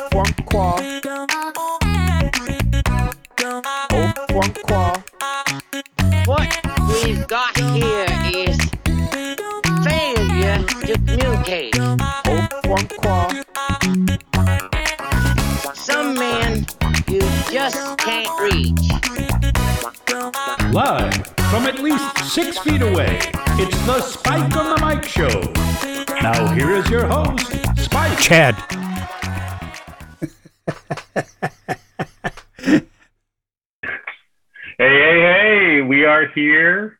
qua. Au point qua. What we've got here is failure to communicate. Au point qua. Some men you just can't reach. Live from at least six feet away, it's the Spike on the Mic Show. Now, here is your host, Spike. Chad. Hey, hey, hey, we are here.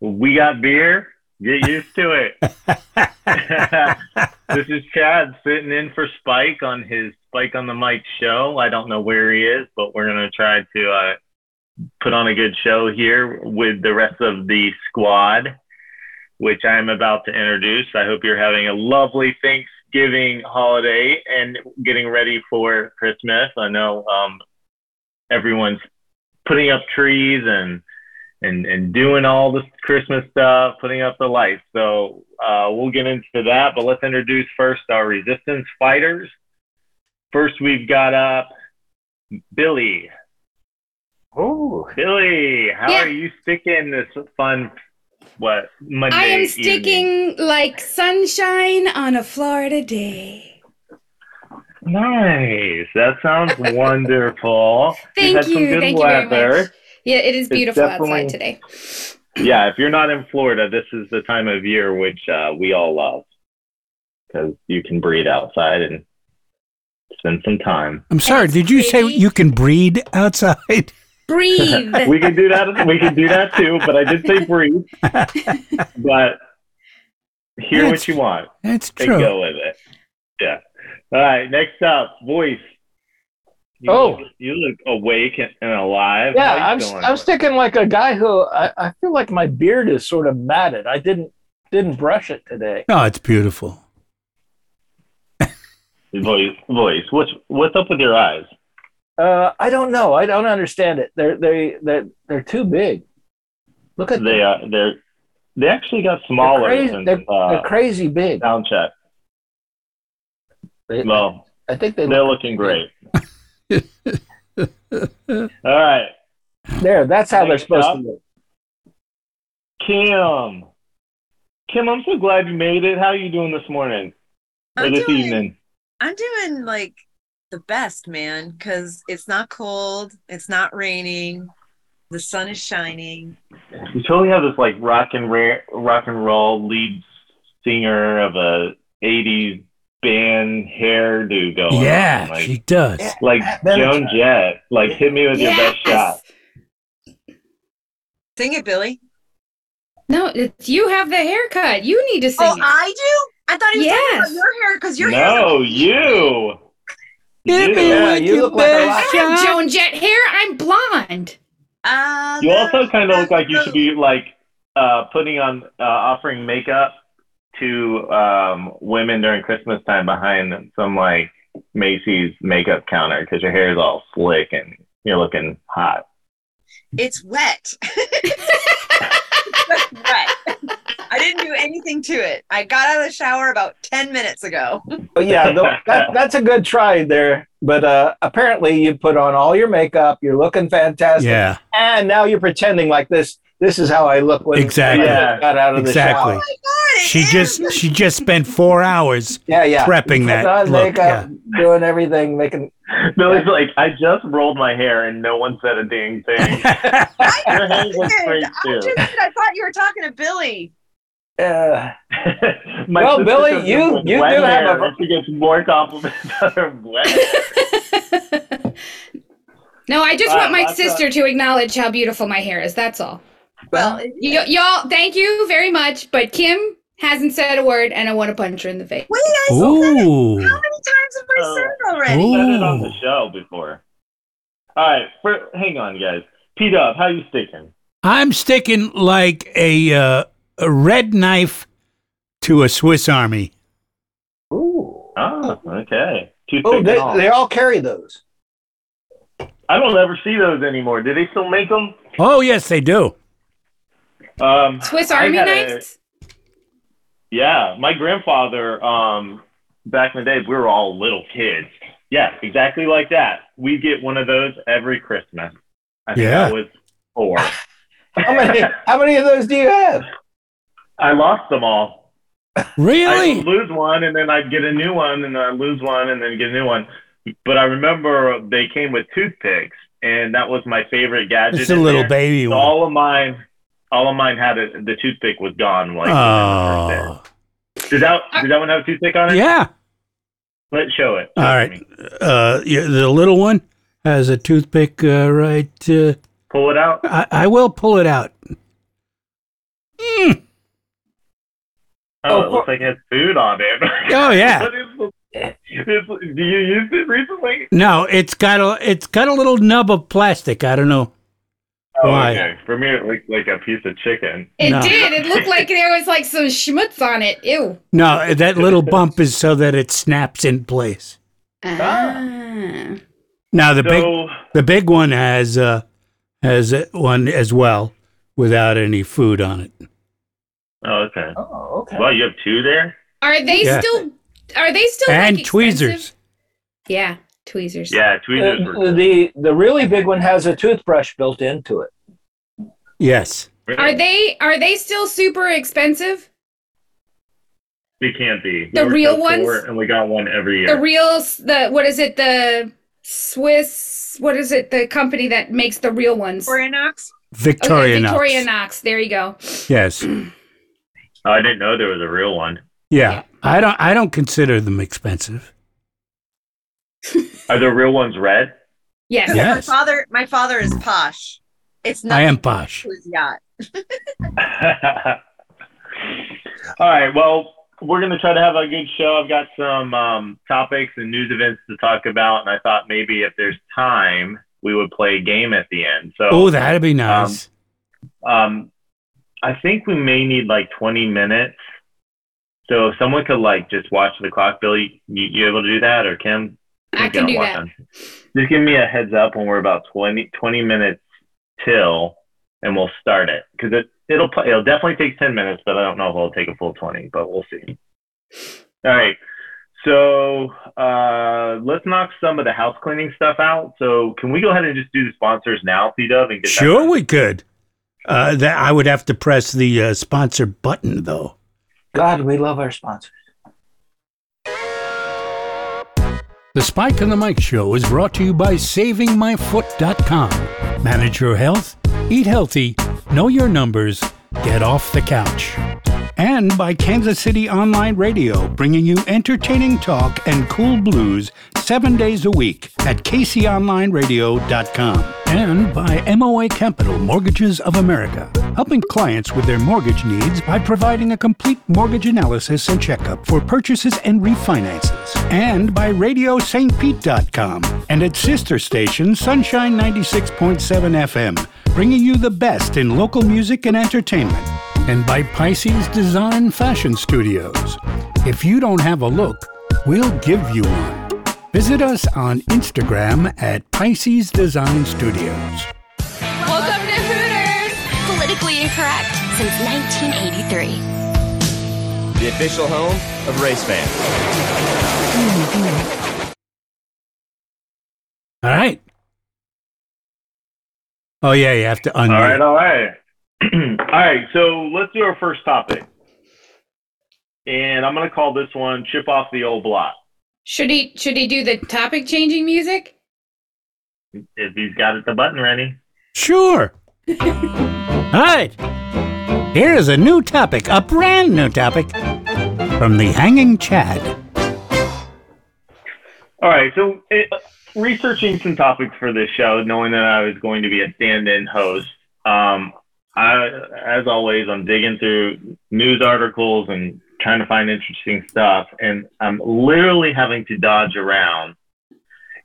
We got beer. Get used to it. this is Chad sitting in for Spike on his Spike on the Mic show. I don't know where he is, but we're going to try to uh, put on a good show here with the rest of the squad, which I'm about to introduce. I hope you're having a lovely Thanksgiving holiday and getting ready for Christmas. I know um, everyone's putting up trees and and and doing all this Christmas stuff, putting up the lights. So uh, we'll get into that, but let's introduce first our resistance fighters. First, we've got up Billy. Oh, Billy, how Yeah. are you sticking this fun? What Monday? I am evening? sticking like sunshine on a Florida day. Nice. That sounds wonderful. We've Thank had some you. good Thank you weather. very much. Yeah, it is beautiful definitely- outside today. yeah, if you're not in Florida, this is the time of year which uh, we all love because you can breathe outside and spend some time. I'm sorry. it's Did you say pretty. you can breed outside? Breathe. We can do that. we can do that too. But I did say breathe. but hear That's- what you want That's and true. go with it. Yeah. All right. Next up, voice. You Oh. look, you look awake and, and alive. yeah. How you I'm feeling? I'm sticking like a guy who I, I feel like my beard is sort of matted. I didn't didn't brush it today. Oh, it's beautiful. voice. Voice. What's what's up with your eyes? Uh, I don't know. I don't understand it. They're they they're, they're too big. Look at They them. uh, they're they actually got They're smaller. crazy. since, They're, uh, they're crazy big. sound check. They- Well, I think they they're look looking great. All right, there. That's how they're Next supposed up. to look. Kim. Kim, I'm so glad you made it. How are you doing this morning or I'm this doing, evening? I'm doing like the best, man, because it's not cold, it's not raining, the sun is shining. You totally have this like rock and rare, rock and roll lead singer of a '80s band hairdo going. on. yeah, like, she does. Yeah. like Then Joan it's- Jett. Like, hit me with your best shot. Sing it, Billy. No, it's, you have the haircut. You need to sing. Oh, it. I do? I thought he was talking Yes. about your hair because your hair. no, you. Hit me Yeah, with you your look like a best rock- I don't have shot. Joan Jett hair. I'm blonde. Uh, You the- also kind of look like you the- should be like uh, putting on uh, offering makeup to um, women during Christmas time behind some like Macy's makeup counter because your hair is all slick and you're looking hot. It's wet. It's wet. I didn't do anything to it. I got out of the shower about 10 minutes ago. But yeah, tho- that, that's a good try there. But uh, apparently, you put on all your makeup. You're looking fantastic, Yeah, and now you're pretending like this. This is how I look when Exactly. when I got out of the exactly. shower. God, it She is just she just spent four hours Yeah, yeah. prepping Putting that on look. makeup, doing everything, making. No, it's like I just rolled my hair and no one said a dang thing. Yeah. Your hair looks weird. great I too. just- I thought you were talking to Billy. Uh, My Well, sister Billy, comes in you- with you wet do have hair a- and she gets more compliments on her wet. hair. no, I just Uh, want my that's, uh, sister to acknowledge how beautiful my hair is. That's all. Well, Y- y'all, thank you very much. But Kim hasn't said a word, and I want to punch her in the face. wait, I said it. How Ooh. many times have I Oh. said it already? Ooh. said it on the show before. All right, for, hang on, guys. P Dub, how you sticking? I'm sticking like a uh, a red knife to a Swiss Army. ooh. Oh, okay. Too Oh, thick they, and all. they all carry those. I don't ever see those anymore. Do they still make them? Oh yes, they do. Um, Swiss I Army had a- knives. Yeah, my grandfather. Um, back in the day, we were all little kids. Yeah, exactly like that. We get one of those every Christmas. I think Yeah. I was four. How many? how many of those do you have? I lost them all. I Really? would lose one and then I'd get a new one and I'd lose one and then get a new one. But I remember they came with toothpicks and that was my favorite gadget. It's a in little there. baby So one. All of mine, all of mine had a, the toothpick was gone. Like, within the Oh, first day. did that did that one have a toothpick on it? yeah. Let's show it. All right. Uh, yeah, the little one has a toothpick. Uh, right. Uh, Pull it out. I, I will pull it out. Mm. Oh, Oh, it looks like it has food on it. Oh yeah. What is the- it's- do you use it recently? No, it's got a it's got a little nub of plastic. I don't know. Oh, Why? okay. For me, it looked like a piece of chicken. It No. did. It looked like there was like some schmutz on it. Ew. No, that little bump is so that it snaps in place. Ah. Now the big so, the big one has uh has uh, one as well without any food on it. oh, okay. Oh, okay. Well, you have two there. Are they Yeah. still? Are they still? and like, tweezers. expensive? Yeah, tweezers. Yeah, tweezers Uh, The, Uh, were. the the really big one has a toothbrush built into it. Yes. Really? Are they? Are they still super expensive? They can't be. We The were real so ones? poor, and we got one every year. The real. s- The what is it? The Swiss. What is it? The company that makes the real ones. Or Knox. Okay, Victoria Knox. Victoria Knox. There you go. Yes. oh, I didn't know there was a real one. Yeah. I don't I don't consider them expensive. Are the real ones red? Yes. Yeah. My Yes. father, my father is posh. It's not I am posh. his yacht. All right. Well, we're going to try to have a good show. I've got some um, topics and news events to talk about, and I thought maybe if there's time, we would play a game at the end. Oh, So that'd be nice. um, I think we may need like 20 minutes. So if someone could like just watch the clock, Billy, you, you able to do that, or Kim? I think can I'm do that. watching. Just give me a heads up when we're about 20, 20 minutes till, and we'll start it because it it'll pl- it'll definitely take ten minutes, but I don't know if it'll take a full twenty, but we'll see. All right, so uh, let's knock some of the house cleaning stuff out. So can we go ahead and just do the sponsors now, C Dove? and get that Sure, done? we could. Uh, that I would have to press the uh, sponsor button, though. God, we love our sponsors. The Spike and the Mike Show is brought to you by SavingMyFoot.com. Manage your health, eat healthy, know your numbers, get off the couch. And by Kansas City Online Radio, bringing you entertaining talk and cool blues seven days a week at kconlineradio.com. And by MOA Capital Mortgages of America, helping clients with their mortgage needs by providing a complete mortgage analysis and checkup for purchases and refinances. And by RadioSt.Pete.com and its sister station, Sunshine 96.7 FM, bringing you the best in local music and entertainment and by Pisces Design Fashion Studios. If you don't have a look, we'll give you one. Visit us on Instagram at Pisces Design Studios. Welcome to Hooters! Politically incorrect since 1983. the official home of race fans. All right. Oh yeah, you have to unmute. All right, all right. all right, so let's do our first topic. And I'm going to call this one Chip Off the Old Block. Should he? Should he do the topic changing music? If he's got it, the button ready. Sure. all right. Here is a new topic, a brand new topic from the Hanging Chad. All right, so it, researching some topics for this show, knowing that I was going to be a stand-in host, um, I, as always, I'm digging through news articles and trying to find interesting stuff, and I'm literally having to dodge around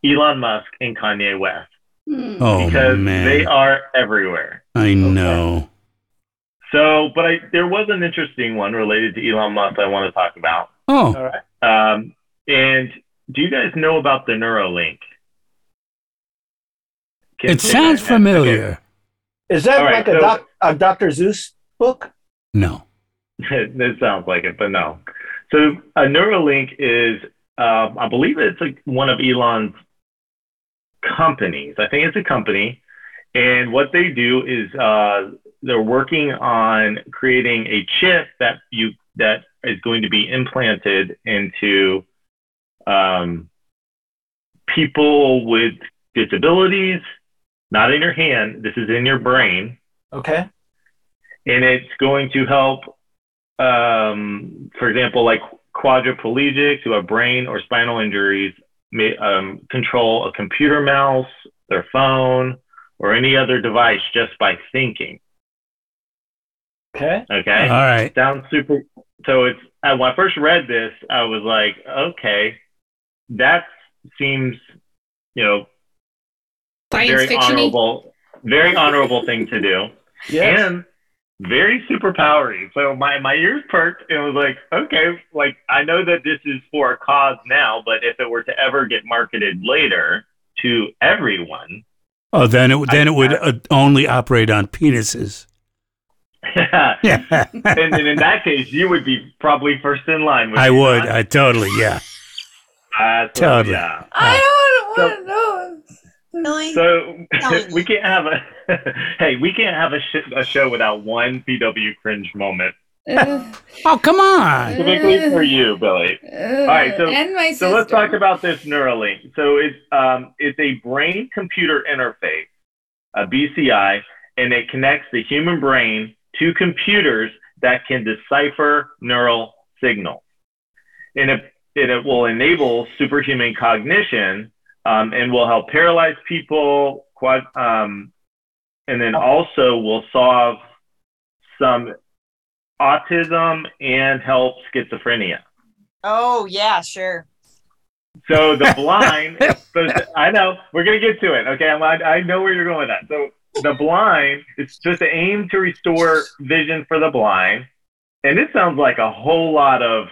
Elon Musk and Kanye West Hmm. Oh because man, they are everywhere. I know. So, but I, there was an interesting one related to Elon Musk I want to talk about. Oh, Um, and do you guys know about the Neuralink? Can- it sounds Okay. familiar. Is that All right, like so- a, doc, a Dr. Zeus book? No. it sounds like it, but no. So a Neuralink is uh, I believe it's like one of Elon's companies. I think it's a company, and what they do is uh, they're working on creating a chip that you that is going to be implanted into um, people with disabilities. Not in your hand. This is in your brain, Okay. and it's going to help, um, for example, like quadriplegics who have brain or spinal injuries may um, control a computer mouse, their phone, or any other device just by thinking. Okay. Okay, All right. sounds super. So it's uh, when I first read this, I was like, okay, that seems, you know, Science very fiction honorable, very honorable thing to do. Yes. and very superpowery. So my, my ears perked and was like, okay, like I know that this is for a cause now, but if it were to ever get marketed later to everyone, Oh, then it then it would uh, only operate on penises. and Yeah, then in that case, you would be probably first in line. I you would. not? I totally. Yeah. Uh, so, totally. Yeah. I So- don't want to know. Really? So Totally. we can't have a hey, we can't have a, sh- a show without one PW cringe moment, Ugh, Oh, come on. specifically for you, Billy. ugh, right, so- and my So let's sister. talk about this Neuralink. So it's um, it's a brain computer interface, a BCI, and it connects the human brain to computers that can decipher neural signals, and it and it will enable superhuman cognition um, and will help paralyzed people. Quad, um, and then also will solve some autism and help schizophrenia. Oh yeah, sure. So the blind. so I know we're gonna get to it. Okay, I'm, I, I know where you're going with that. So the blind is just to aim to restore vision for the blind, and this sounds like a whole lot of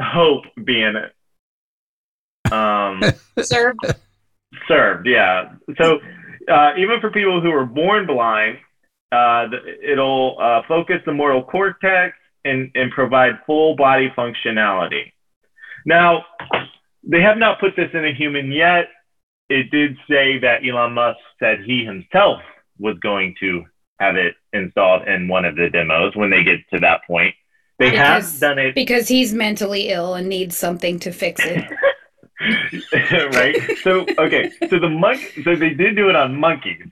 hope being um, Sir, served. Yeah. So uh, even for people who are born blind, uh, th- it'll uh, focus the motor cortex and, and provide full body functionality. Now, they have not put this in a human yet. It did say that Elon Musk said he himself was going to have it installed in one of the demos when they get to that point. They Because- have done it because he's mentally ill and needs something to fix it. right? So okay, so the monk, so they did do it on monkeys,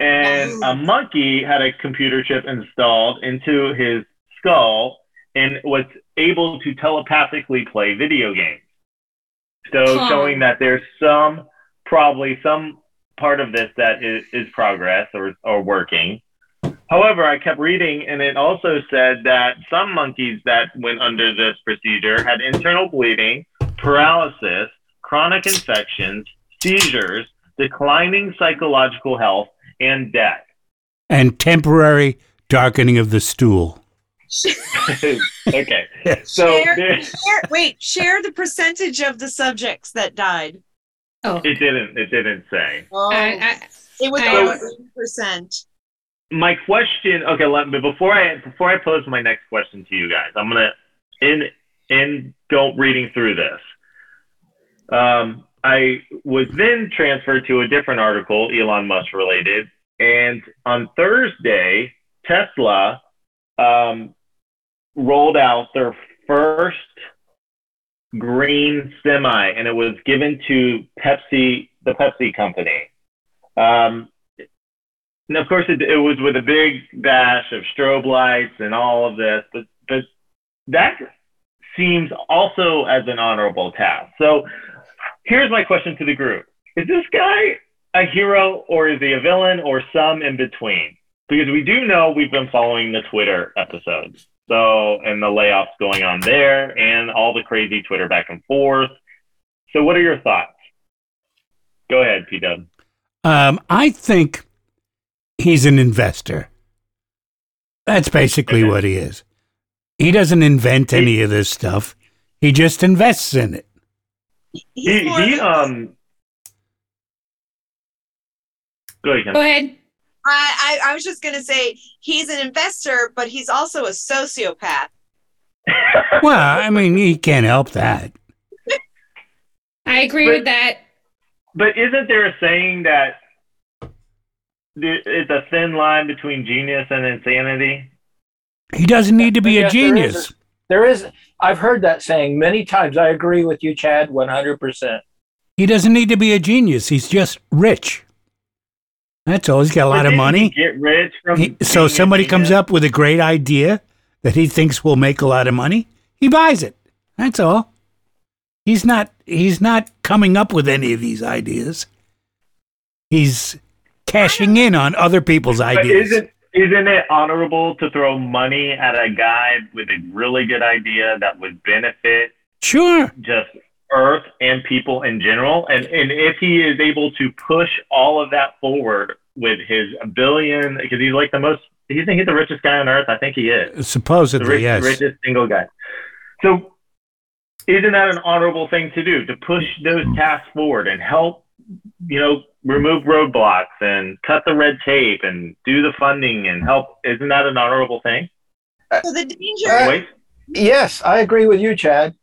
and a monkey had a computer chip installed into his skull and was able to telepathically play video games. So Huh. showing that there's some, probably some part of this that is, is progress or or working. However, I kept reading, and it also said that some monkeys that went under this procedure had internal bleeding, paralysis, chronic infections, seizures, declining psychological health, and death. And temporary darkening of the stool. okay. So Share- there- share- wait, share the percentage of the subjects that died. Oh, it didn't. It didn't say. Oh, I, I, it was I- over percent. My question. Okay. Let me before I before I pose my next question to you guys. I'm gonna in in go reading through this. Um, I was then transferred to a different article, Elon Musk related, and on Thursday, Tesla um, rolled out their first green semi, and it was given to Pepsi, the Pepsi company. Um, and of course, it, it was with a big bash of strobe lights and all of this, but but that seems also as an honorable task. So, here's my question to the group: Is this guy a hero, or is he a villain, or some in between? Because we do know we've been following the Twitter episode, so and the layoffs going on there, and all the crazy Twitter back and forth. So, what are your thoughts? Go ahead, P Dub. Um, I think he's an investor. That's basically what he is. He doesn't invent any of this stuff. He just invests in it. He, He's more he like- um. Go ahead. go Ken. ahead. I, I I was just gonna say he's an investor, but he's also a sociopath. Well, I mean, he can't help that. I agree with that. But isn't there a saying that the- it's a thin line between genius and insanity? He doesn't need to be a Yes, there is genius. There is. I've heard that saying many times. I agree with you, Chad, one hundred percent. He doesn't need to be a genius. He's just rich. That's all. He's got a lot of Didn't money. you Get rich from. He- so being a somebody comes genius? up with a great idea that he thinks will make a lot of money. He buys it. That's all. He's not. He's not coming up with any of these ideas. He's cashing in on other people's But ideas. Isn't isn't it honorable to throw money at a guy with a really good idea that would benefit sure. just Earth and people in general. And and if he is able to push all of that forward with his billion, because he's like the most, he's he's the richest guy on Earth. I think he is the Supposedly, rich, yes. richest single guy. So isn't that an honorable thing to do to push those tasks forward and help, you know, remove roadblocks and cut the red tape and do the funding and help? Isn't that an honorable thing? So the danger Uh, Wait, Yes, I agree with you, Chad.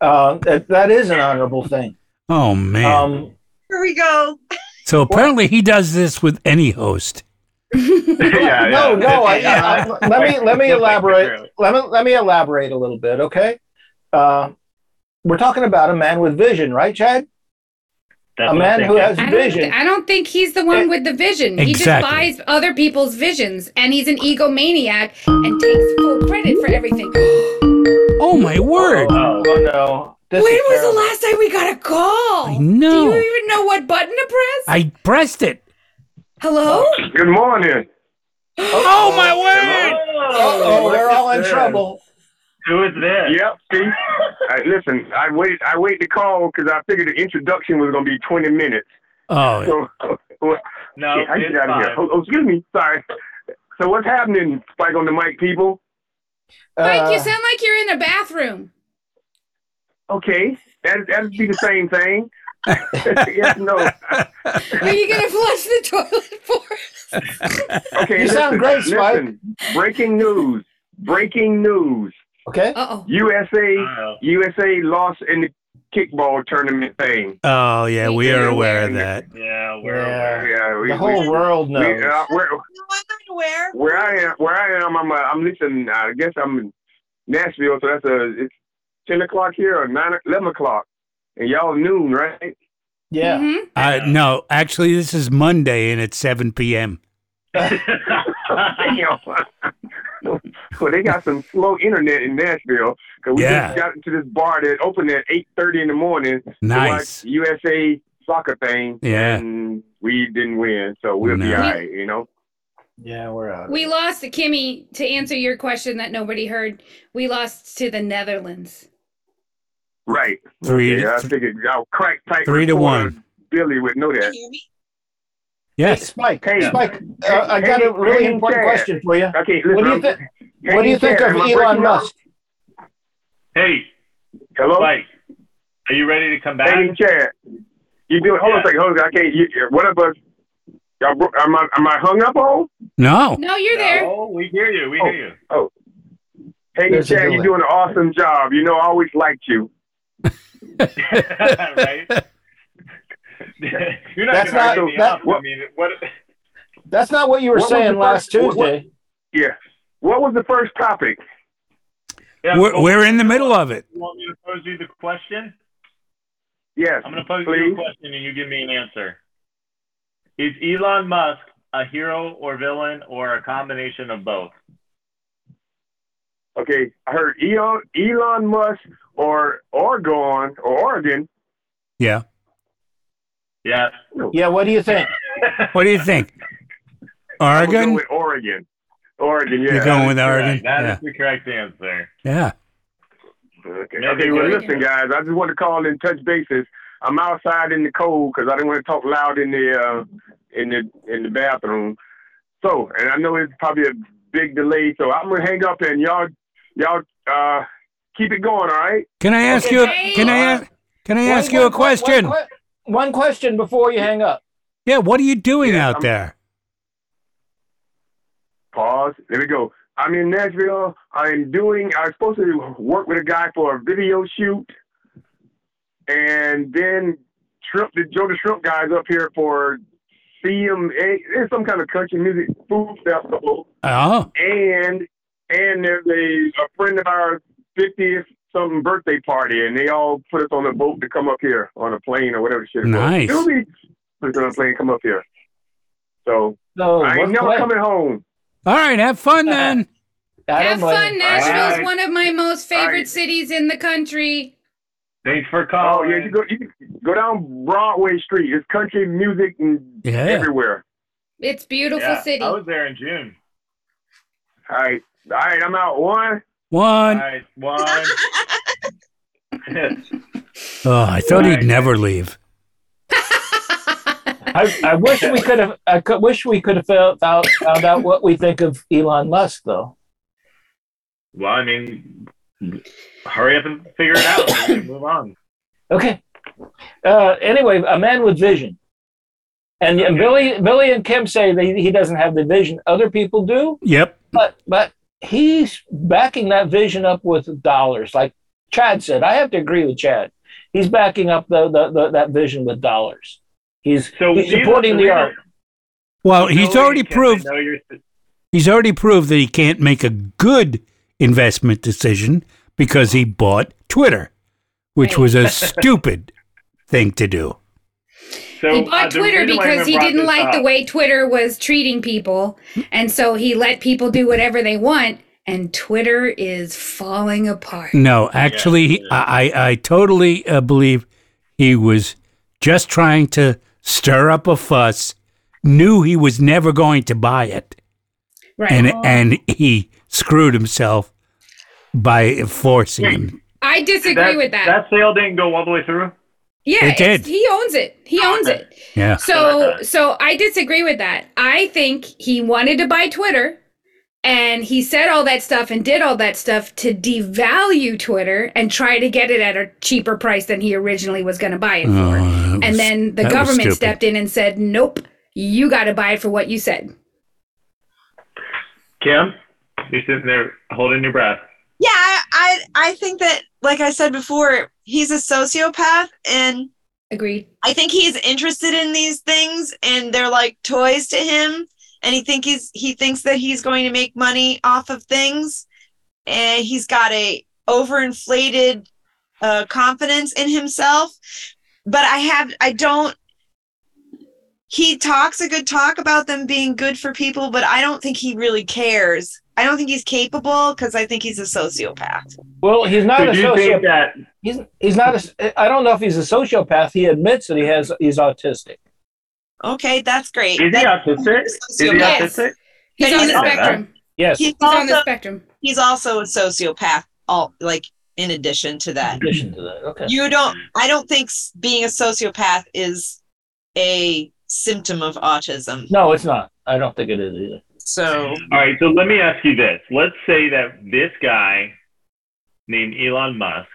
Uh, that, that is an honorable thing. Oh man. Um, here we go. so apparently, he does this with any host. yeah, no, yeah. no. I, Yeah. I, I- let me let me Just like elaborate. Pedro. Let me let me elaborate a little bit, okay? Uh, we're talking about a man with vision, right, Chad? a That's what I'm man who thinking. has I don't, vision. I don't think he's the one with the vision. He just Exactly. buys other people's visions and he's an egomaniac and takes full credit for everything. when Oh my word! Oh, oh, no. This is was the terrible. last time we got a call? I Do know. you even know what button to press? I pressed it. Hello? Good morning. Oh my word! Oh, we're all in Yeah. trouble. Who is this? Yep. See, I, listen, I wait. I wait to call because I figured the introduction was going to be twenty minutes. Oh, So, well, No, shit, I it's get out of here. fine. Oh, oh, excuse me. Sorry. So what's happening, Spike on the mic, people? Uh, Mike, you sound like you're in a bathroom. Okay, that that'd be the same thing. yes, no. Are you going to flush the toilet for us? Okay, You listen, sound great, Spike. Listen, breaking news. Breaking news. okay. Uh-oh. USA Oh. USA lost in the kickball tournament thing. oh yeah, we are aware of that. Yeah, we're Yeah. Yeah, we, The whole we, world we, knows. uh, we're, No, I'm not aware. where I am, where I am, I'm uh, I'm listening. uh, I guess I'm in Nashville, so that's a it's ten o'clock here or nine, eleven o'clock, and y'all noon, right? Yeah. Mhm. Uh, no, actually, this is Monday and it's 7 p.m. Damn. well, they got some slow internet in Nashville because we Yeah. just got into this bar that opened at eight thirty in the morning. to Nice. watch USA soccer thing. Yeah. and we didn't win, so we'll be No. all right. You know. Yeah, we're out. We lost Kimmy to answer your question that nobody heard. We lost to the Netherlands. Right. Three, Yeah, I figured oh, I'll crack tight. three to reporter one. Billy would know Can that. you hear me? Hey, Yes. Spike, Hey, Spike, uh, I got a hey, really hey, important Chad. question for you. Okay, listen. What do you I'm- think? Hey, What do you think Chad, of am I Elon breaking up? Musk? hey, Hello? Mike, are you ready to come back? Hey, Chad. You do Hold on a Yeah. second. Hold on. I can't. You, you- one of us. Y'all, bro- am, I, am I hung up on? No. No, you're there. No, we hear you. We Oh. hear you. Hey, There's a Chad, you're delay. doing an awesome job. You know, I always liked you. right? You're not That's gonna not- hurry me that- up. I mean, what? That's not what you were What was saying the first- last Tuesday. what- what- Yeah. What was the first topic? Yeah, We're, well, we're in the middle of it. You want me to pose you the question? Yes. I'm going to pose you please. a question and you give me an answer. Is Elon Musk a hero or villain or a combination of both? Okay. I heard Elon, Elon Musk or Oregon or Oregon. Yeah. Yeah. Yeah, what do you think? What do you think? I'm gonna go Oregon? with Oregon. Oregon, yeah. You're going with That Oregon? is Yeah. the correct answer. yeah. Okay. Yeah, okay they well, do. listen, guys. I just want to call and touch bases. I'm outside in the cold because I didn't want to talk loud in the uh, in the in the bathroom. So, and I know it's probably a big delay. So I'm gonna hang up and y'all y'all uh, keep it going. All right. Can I ask you? A, can I ask? Can I ask you a question? One, que- one question before you hang up. Yeah. What are you doing Yeah, out I'm- there? Pause. There we go. I'm in Nashville. I'm doing. I was supposed to work with a guy for a video shoot, and then Shrimp, the Joe the Shrimp guys up here for CMA. It's some kind of country music food festival. Oh. And and there's a, a friend of ours 50th something birthday party, and they all put us on a boat to come up here on a plane or whatever shit. it was. Nice. It'll be put us on a plane, come up here. So I ain't what's never the- coming home. All right, have fun then. I Have don't know. fun. Nashville's Alright. one of my most favorite Alright. cities in the country. Thanks for Oh calling. yeah, you go you go down Broadway Street. It's country music and Yeah. everywhere. It's beautiful Yeah, city. I was there in June. All right, all right, I'm out. One. All One. right, one. Oh, I thought he'd Right. never leave. I, I wish we could have. I could, wish we could have found out, found out what we think of Elon Musk, though. well, I mean, hurry up and figure it out. and move on. Okay. Uh, anyway, a man with vision, and, and Billy, Billy and Kim say that he doesn't have the vision. Other people do, Yep. but but he's backing that vision up with dollars. Like Chad said, I have to agree with Chad. He's backing up the, the, the that vision with dollars. He's, So he's supporting the art. Well, he's already proved No, you're he's already proved that he can't make a good investment decision because he bought Twitter, which was a stupid thing to do. so, he uh, bought the Twitter reason why I because he brought didn't this like the up- way Twitter was treating people. And so he let people do whatever they want. And Twitter is falling apart. No, actually, he- I, I I totally uh, believe he was just trying to stir up a fuss. Knew he was never going to buy it, Right. Uh-huh. and and he screwed himself by forcing him. I disagree with that. That sale didn't go all the way through. yeah, It it's- did. he owns it. He owns it. Yeah, So so I disagree with that. I think he wanted to buy Twitter and he said all that stuff and did all that stuff to devalue Twitter and try to get it at a cheaper price than he originally was going to buy it for. Oh, that and was- then the that was government stupid. stepped in and said, "Nope, you got to buy it for what you said." Kim, you're sitting there holding your breath. Yeah, I, I I think that like I said before, he's a sociopath and Agreed. I think he's interested in these things and they're like toys to him and he think he's he thinks that he's going to make money off of things and he's got a overinflated uh, confidence in himself but I have I don't he talks a good talk about them being good for people but I don't think he really cares. I don't think he's capable because I think he's a sociopath. Well, he's not So a do you sociopath. think that He's he's not a. I don't know if he's a sociopath. He admits that he has he's autistic. Okay, that's great. is he That- autistic? Is he Yes. autistic? He's But on he's the not- spectrum. Yes, He's He's on also the spectrum. he's also a sociopath all like in addition to in that addition to that. Okay. you don't i don't think s- being a sociopath is a symptom of autism No, it's not. I don't think it is either. so All right, so let me ask you this. Let's say that this guy named Elon Musk,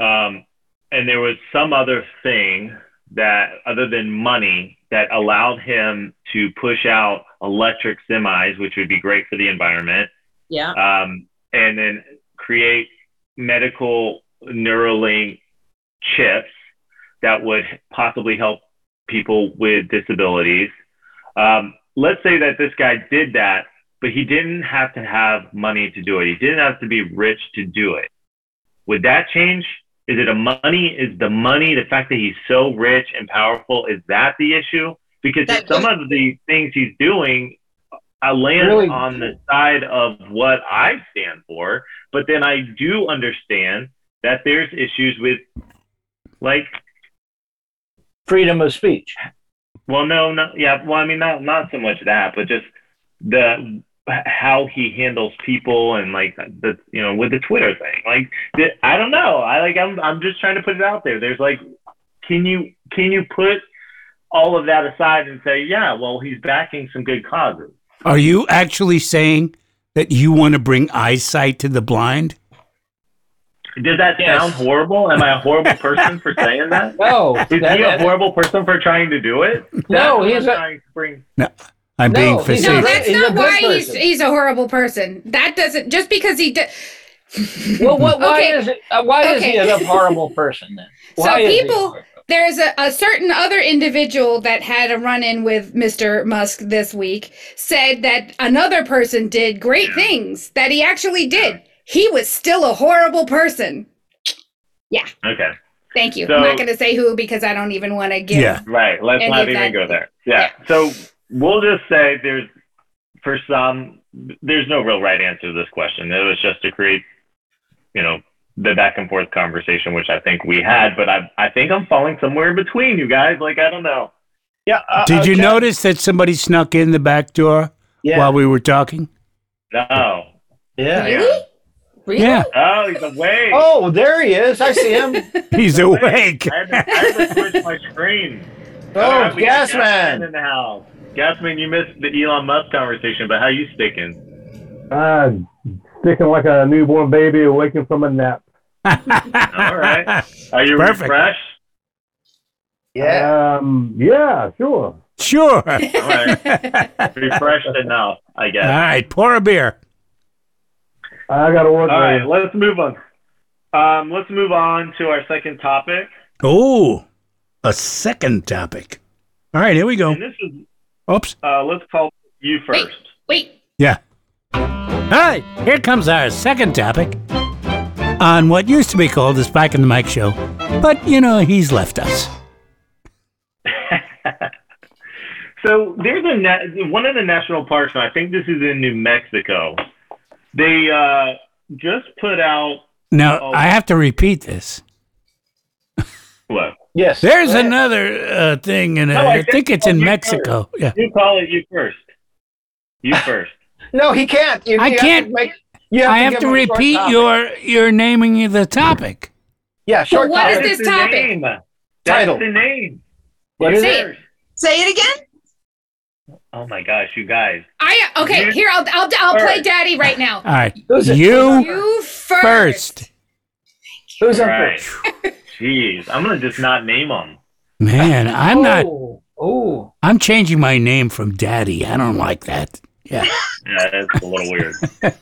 um, and there was some other thing that, other than money, that allowed him to push out electric semis, which would be great for the environment, yeah um, and then create medical Neuralink chips that would possibly help people with disabilities. Um, let's say that this guy did that, but he didn't have to have money to do it. He didn't have to be rich to do it. Would that change? Is it a money? Is the money the fact that he's so rich and powerful? Is that the issue? Because That- some of the things he's doing, I land Really? on the side of what I stand for, but then I do understand that there's issues with, like, Freedom of speech. well, no, no, yeah. Well, I mean, not not so much that, but just the how he handles people and like the you know with the Twitter thing. Like, th- I don't know. I like I'm I'm just trying to put it out there. There's like, can you can you put all of that aside and say, yeah, well, he's backing some good causes. Are you actually saying that you want to bring eyesight to the blind? Does that Yes. sound horrible? Am I a horrible person for saying that? No, Is that- he a that- horrible person for trying to do it? No, That's he's what a- I'm trying to bring. I'm No, being he's No, facetious. He's a- that's he's a not good why he's person. he's a horrible person. That doesn't just because he did Well, what, why Okay. is it? Uh, why is he Okay. a horrible person then? So Why is he- people, there's a, a certain other individual that had a run-in with Mr. Musk this week said that another person did great things that he actually did. He was still a horrible person. Okay. Thank you. So- I'm not going to say who because I don't even want to give. Yeah. Right. Let's And not if even that- go there. Yeah. So we'll just say there's for some there's no real right answer to this question. It was just to create, you know, the back and forth conversation which I think we had, but I I think I'm falling somewhere in between, you guys. Like I don't know. Yeah. uh, Did you okay. notice that somebody snuck in the back door Yeah. while we were talking? No. yeah. Really? Really? Yeah, Oh, he's away. Oh, there he is. I see him. he's awake. I had, to, I had to switch my screen. Oh, we got Gasman. in the house. Gasman, you missed the Elon Musk conversation, but how you sticking? Uh, sticking like a newborn baby awakened from a nap. All right. Are you Perfect. refreshed? Yeah. Um, yeah, sure. Sure. All right. refreshed enough, I guess. All right, pour a beer. I got to work. All man. right, let's move on. Um, let's move on to our second topic. Oh, a second topic. All right, here we go. And this is, Oh. Oops. uh, let's call you Wait. first. Wait. Yeah. Hi, here comes our second topic on what used to be called the Spike in the Mic Show, but you know, he's left us. So there's a na- one of the national parks, and I think this is in New Mexico. They uh, just put out Now, Oh. I have to repeat this. what? Yes. There's Go ahead. another uh, thing, and No, I I just think it's told in you Mexico. Yeah. You call it. You first. You first. No, he can't. You, I you have to can't. make- you I have give to him a short repeat topic. your your naming the topic. Yeah, short what is topic. this the topic? Name. That's Title. the name. What You is it? first. Say it again. Oh my gosh, you guys. I okay. You Here, I'll I'll, I'll play first. daddy right now. All right. Who's it? You You first. first. Who's All on right. first? Jeez, I'm gonna just not name them. Man, I'm not Oh, oh. I'm changing my name from Daddy. I don't like that. Yeah. Yeah, that's a little weird.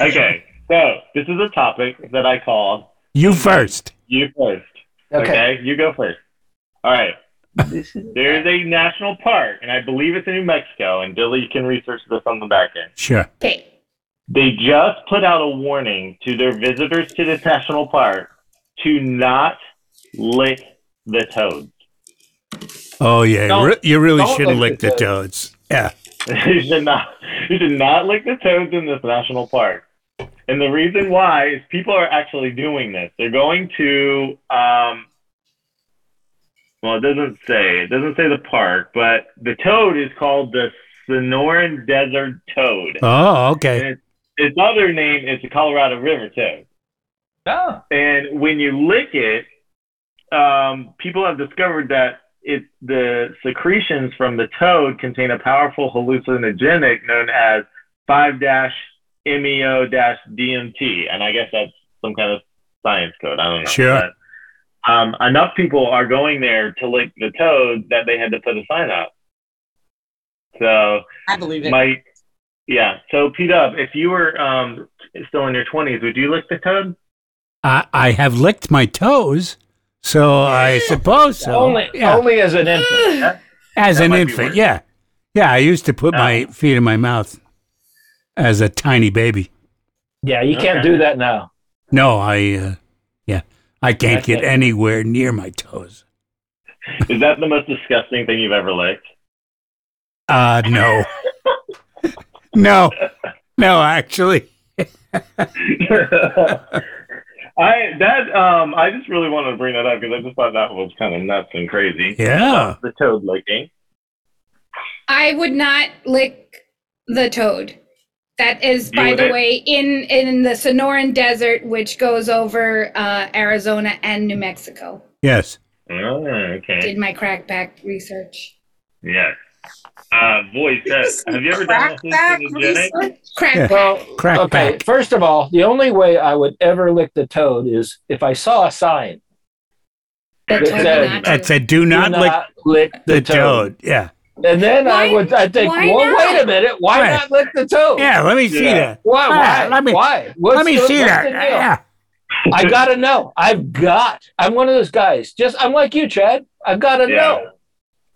okay, so this is a topic that I called You first. you first. Okay. okay, you go first. All right. This is- There's a national park, and I believe it's in New Mexico, and Billy you can research this on the back end. Sure. Okay. They just put out a warning to their visitors to this national park to not lick the toads. Oh yeah. Don't- Re- you really don't shouldn't lick lick the the toads. Yeah. you should not you should not lick the toads in this national park. And the reason why is people are actually doing this. They're going to um well it doesn't say it doesn't say the park, but the toad is called the Sonoran Desert Toad. Oh, okay. Its other name is the Colorado River Toad. Oh. And when you lick it, um, people have discovered that it, the secretions from the toad contain a powerful hallucinogenic known as 5 MEO DMT. And I guess that's some kind of science code. I don't know. Sure. But, um, enough people are going there to lick the toad that they had to put a sign up. So I believe it. my yeah. So P Dub, if you were um still in your twenties, would you lick the toad? I I have licked my toes, so I suppose so. only, yeah. only as an infant. as that an might be infant. worse. Yeah. Yeah, I used to put No. my feet in my mouth as a tiny baby. Yeah, you can't Okay. do that now. No, I uh, yeah, I can't Okay. get anywhere near my toes. Is that the most disgusting thing you've ever licked? Uh no. no. No, actually. I that um I just really wanted to bring that up because I just thought that was kind of nuts and crazy. Yeah. The toad licking. I would not lick the toad. That is, You by the wouldn't? way, in in the Sonoran Desert, which goes over uh, Arizona and New Mexico. Yes. Oh, okay. Did my crackback research. Yes. Uh, voice. says, have you ever done a hallucinogenic? Crackback. Well, Crack okay. back. First of all, the only way I would ever lick the toad is if I saw a sign They that told me said, not to. That said, do not, "Do lick not lick the toad. Yeah. And then I would I think, why well, not? wait a minute, why Right. not lick the toe? Yeah, let me see that. Why? Yeah, Why? let me- why? let me the- see what's that. the deal? Yeah. I gotta know. I've got. I'm one of those guys. Just I'm like you, Chad. I've got to Yeah. know.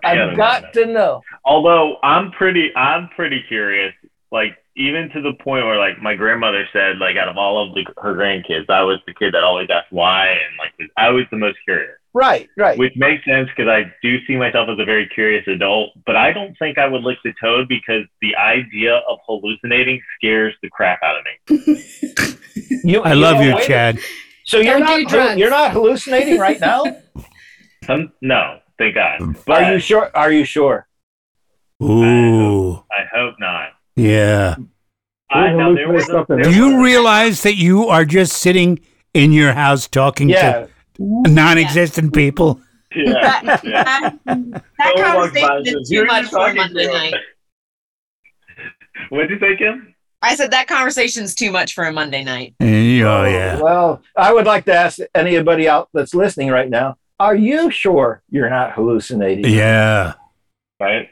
I've Yeah, got to know. Although I'm pretty, I'm pretty curious. Like even to the point where like my grandmother said, like out of all of the, her grandkids, I was the kid that always asked why, and like I was the most curious, Right, right. which makes sense because I do see myself as a very curious adult. But I don't think I would lick the toad because the idea of hallucinating scares the crap out of me. You, I love know, you, wait- Chad. So you're Don't not do hallu- drugs. you're not hallucinating right now. Some, Um, no, thank God. But Are you sure? Are you sure? Ooh. I hope not. Yeah. I, now, there was a, Hallucinate Do you realize that you are just sitting in your house talking Yeah. to non existent people? yeah, That, yeah. that, that Don't walk by conversation this. is too You're much just for talking Monday to him. night. What'd you say, Kim? I said that conversation's too much for a Monday night. Oh, yeah. Well, I would like to ask anybody out that's listening right now: Are you sure you're not hallucinating? Yeah. Right.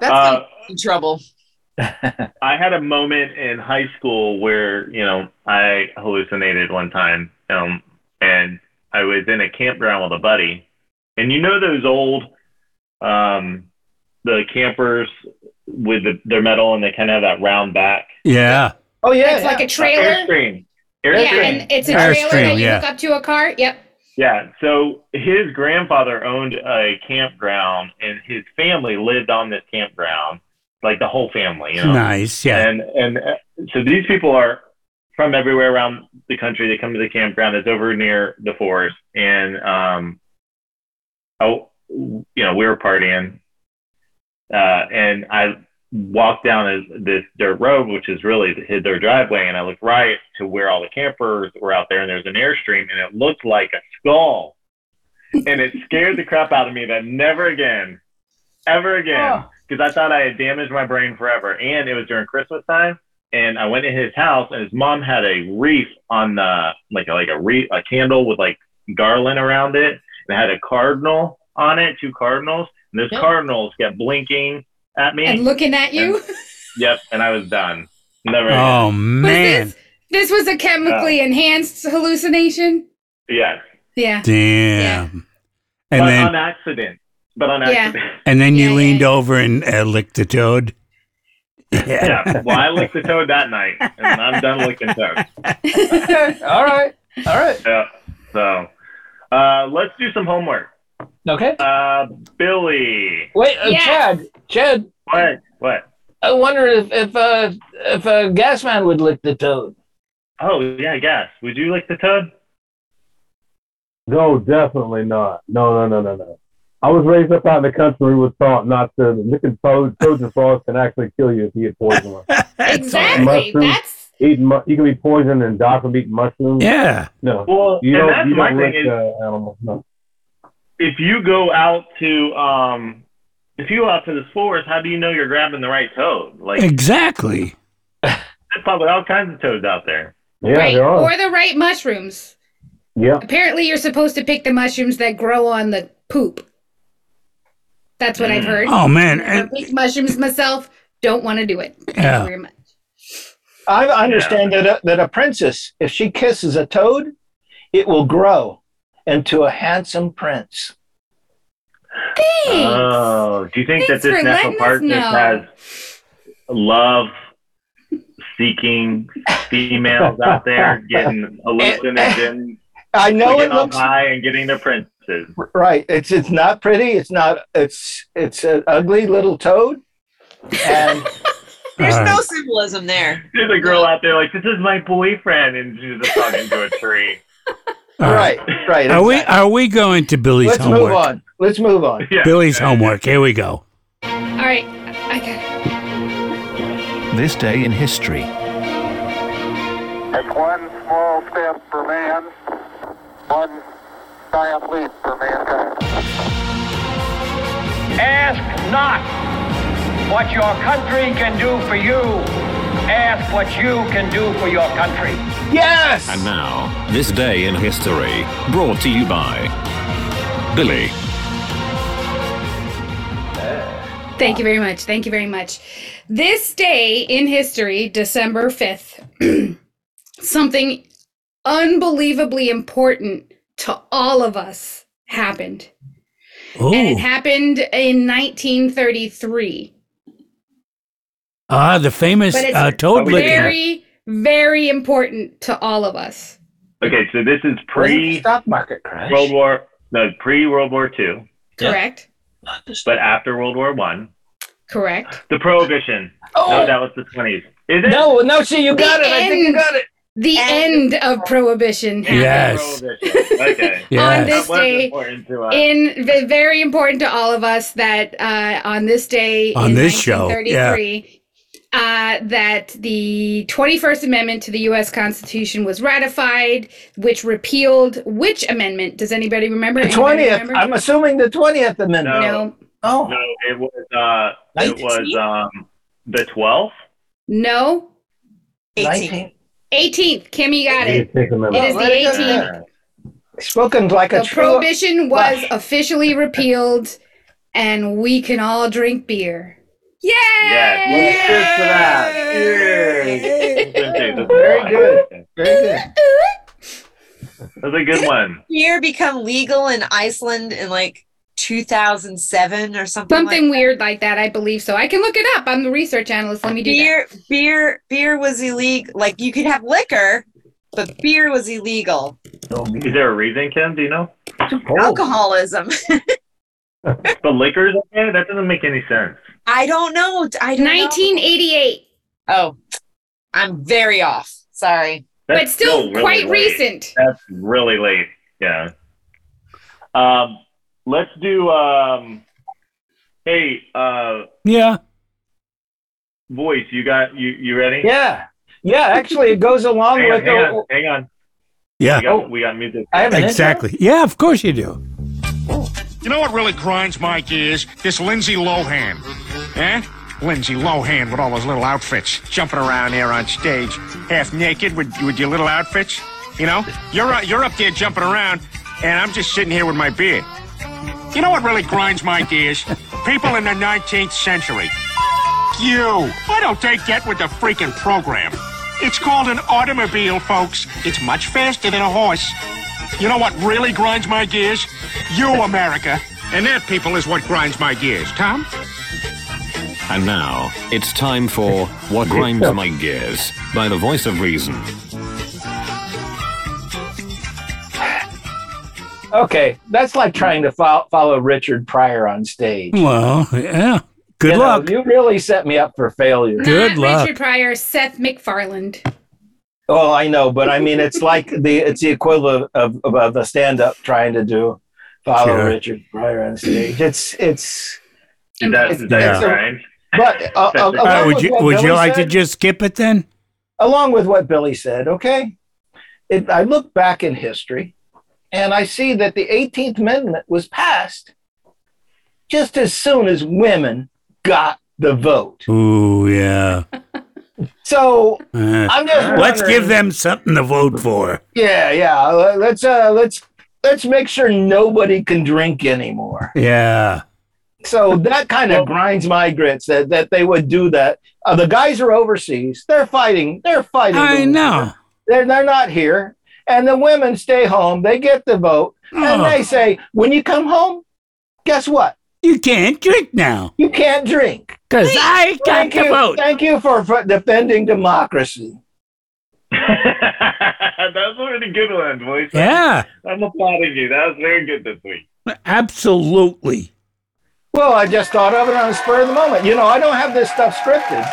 That's Uh, gonna be trouble. I had a moment in high school where you know I hallucinated one time, um, and I was in a campground with a buddy, and you know those old, um, the campers with the, their metal and they kind of have that round back Yeah. Oh yeah. It's like a trailer. airstream. Yeah, Airstream. and it's a Airstream, trailer that you yeah. hook up to a car. Yep. Yeah. So his grandfather owned a campground, and his family lived on this campground, like the whole family. You know? Nice. Yeah. And and uh, so these people are from everywhere around the country. They come to the campground. It's over near the forest, and um, oh, you know, we were partying, uh, and I walked down a, this dirt road, which is really the, their driveway, and I looked right to where all the campers were out there, and there's an airstream, and it looked like a skull, and it scared the crap out of me. That never again, ever again, because I thought I had damaged my brain forever, and it was during Christmas time. And I went to his house, and his mom had a wreath on the like a, like a wreath, a candle with like garland around it, and it had a cardinal on it, two cardinals, and those Yeah. cardinals kept blinking at me. And looking at you. Yep, and I was done. Never. again. Oh, man. Was this, this was a chemically enhanced hallucination. Yes, Yeah. Damn. but Oh. And on then, accident. But on Yeah. accident. and then Yeah, you yeah, leaned yeah. over and uh, licked the toad. Yeah. Yeah. Well, I licked the toad that night, and I'm done licking toads. Okay. All right. All right. Yeah. So, uh, let's do some homework. Okay. Uh, Billy, Wait, uh, Yeah. Chad. Chad, what? What? I wonder if if uh, if a gas man would lick the toad. Oh yeah, I guess. Would you lick the toad? No, definitely not. No, no, no, no, no. I was raised up out in the country with thought not to. Licking toads, toads and frogs can actually kill you if you get poisoned. exactly. Mushrooms. That's Eating, mu- you can be poisoned and die from eating mushrooms. Yeah. No, Well, you and don't. that's You my don't lick thing is, uh, animals. No. if you go out to um, if you go out to this forest, how do you know you're grabbing the right toad? Like, there's Exactly. probably all kinds of toads out there. Yeah, right. there are. Or the right mushrooms. yeah. Apparently, you're supposed to pick the mushrooms that grow on the poop. That's what I've Mm. heard. Oh, man. I And, pick mushrooms myself. Don't want to do it. Thank Yeah. you very much. I understand that a, that a princess, if she kisses a toad, it will grow into a handsome prince. Thanks. Oh, do you think Thanks that for this national letting park us know. just has love seeking females out there getting hallucinogens, I know it getting on looks high and getting their princes? right. It's it's not pretty. It's not. It's it's an ugly little toad. And There's All no right. symbolism there. There's a girl out there like, this is my boyfriend, and she's just talking to a tree. All right. right, right. Are we exactly. are we going to Billy's Let's homework? move on. Let's move on. Yeah. Billy's homework. Here we go. All right. I got it. This day in history. It's one small step for man, one giant leap for mankind. Ask not what your country can do for you. Ask what you can do for your country. Yes. And now, this day in history, brought to you by Billy. Thank you very much. Thank you very much. This day in history, December 5th, something unbelievably important to all of us happened. And it Oh, happened in 1933. ah, the famous but it's uh, toad licker. very, very important to all of us. Okay, so this is pre stock market crash. World War no pre World War Two, Correct? but after World War One, Correct. the Prohibition. Oh. No, that was the twenties. Is it? No, no, see, you got The it. I think you end- got it. The end of Prohibition happened. Yes. Oh, Okay. Yes. On this That was day important to us. in v- very important to all of us that uh, on this day On in this show, yeah. 1933, uh, that the 21st Amendment to the U.S. Constitution was ratified, which repealed which amendment? Does anybody remember? The Anybody twentieth. remember? I'm assuming the twentieth amendment. no, Oh, No, it was uh, it was um, the twelfth. no, 19th. 18th. Kimmy got it. Take a minute. It is the Let it go 18th. there. Spoken like a The true. prohibition was officially repealed, and we can all drink beer. Yay! Yes. Cheers to that. Yay! Very good. Very good. That was a good one. Beer become legal in Iceland in like 2007 or something. Something like weird like that, I believe so. I can look it up. I'm the research analyst. Let me do beer, beer, beer was illegal. Like you could have liquor, but beer was illegal. Is there a reason, Kim? Do you know? Oh. Alcoholism. The liquors in there? That doesn't make any sense. I don't know. I that. don't know. 1988, Oh, I'm very off. Sorry. That's but still, really quite late. recent. That's really late. Yeah. Um, let's do. Um, hey, uh, Yeah. voice. You got you. You ready? Yeah. Yeah, actually, it goes along Hang on. with Hang the. on. Hang on. Yeah. We got, we got music. I have an intro? Exactly. Yeah, of course you do. You know what really grinds my gears? This Lindsay Lohan. Eh? Lindsay Lohan with all those little outfits, jumping around here on stage, half naked with, with your little outfits. You know, you're uh, you're up there jumping around, and I'm just sitting here with my beer. You know what really grinds my gears? People in the 19th century. F- You. Why don't they get with the freaking program? It's called an automobile, folks. It's much faster than a horse. You know what really grinds my gears? You, America. And that, people, is what grinds my gears. Tom? And now, it's time for What Grinds My Gears by the Voice of Reason. Okay, that's like trying to fo- follow Richard Pryor on stage. Well, yeah. Good You know, luck. you really set me up for failure. Not Richard Pryor, Seth MacFarlane. Oh, I know, but I mean, it's like the it's the equivalent of, of, of the stand up trying to do follow Sure. Richard Pryor on stage. It's it's. Is that, it's- is that it's a- grind? But uh, uh, All right, along would with you what would you Billy like said- to just skip it then? along with what Billy said, okay? It, I look back in history and I see that the 18th Amendment was passed just as soon as women got the vote. Ooh, yeah. So, Uh, I'm just let's wondering- give them something to vote for. yeah, yeah, uh, let's uh let's let's make sure nobody can drink anymore. Yeah. So that kind of grinds my grits that that they would do that. Uh, the guys are overseas. They're fighting. They're fighting. the I war. know. They're, they're not here. And the women stay home. They get the vote. And Oh. they say, when you come home, guess what? You can't drink now You can't drink. because I got Thank the you, vote. thank you for, for defending democracy. that was a really good one, voice. Yeah, I'm applauding you. That was very good this week. absolutely. Well, I just thought of it on the spur of the moment. You know, I don't have this stuff scripted.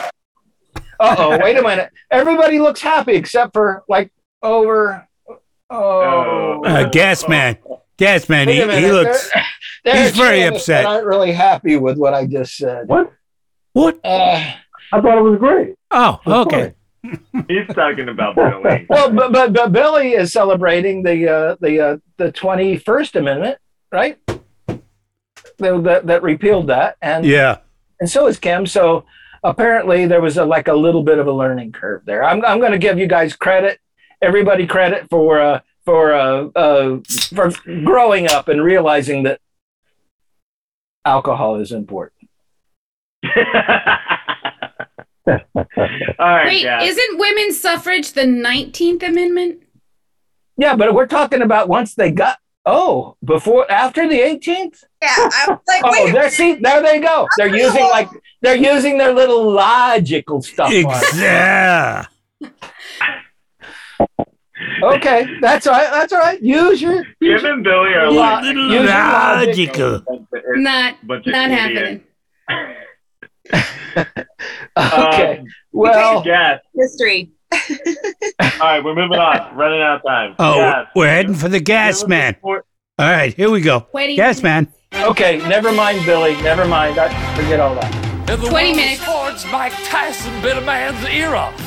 Uh oh, wait a minute. Everybody looks happy except for like over. Oh, Uh, gas man, gas man. He, Wait a minute. he looks. They're- they're he's very cheering us, upset. but Aren't really happy with what I just said. What? What? Uh, I thought it was great. Oh, okay. He's talking about Billy. well, but, but but Billy is celebrating the uh, the uh, the twenty first amendment, right? That, that that repealed that, and Yeah. and so is Kim. So apparently there was a, like a little bit of a learning curve there. I'm I'm going to give you guys credit, everybody credit for uh, for uh, uh, for growing up and realizing that alcohol is important. All right, Wait, guys. isn't women's suffrage the 19th Amendment? Yeah, but we're talking about once they got. Oh, before after the 18th? Yeah, I was like, oh, there. See, there they go. They're using like they're using their little logical stuff. on it. Yeah. Okay, that's all right. That's all right. Use your Jim and Billy are Yeah, like little logical. Not, Bunch of not idiots. happening. Um, Okay. well, yes. history. All right, we're moving on. Running out of time. Oh, Yes. we're heading for the gas man. All right, here we go. Waiting. Gas man. Okay, never mind, Billy. Never mind. I forget all that. In the 20 Wild minutes. Swords, Mike Tyson bit a man's ear off.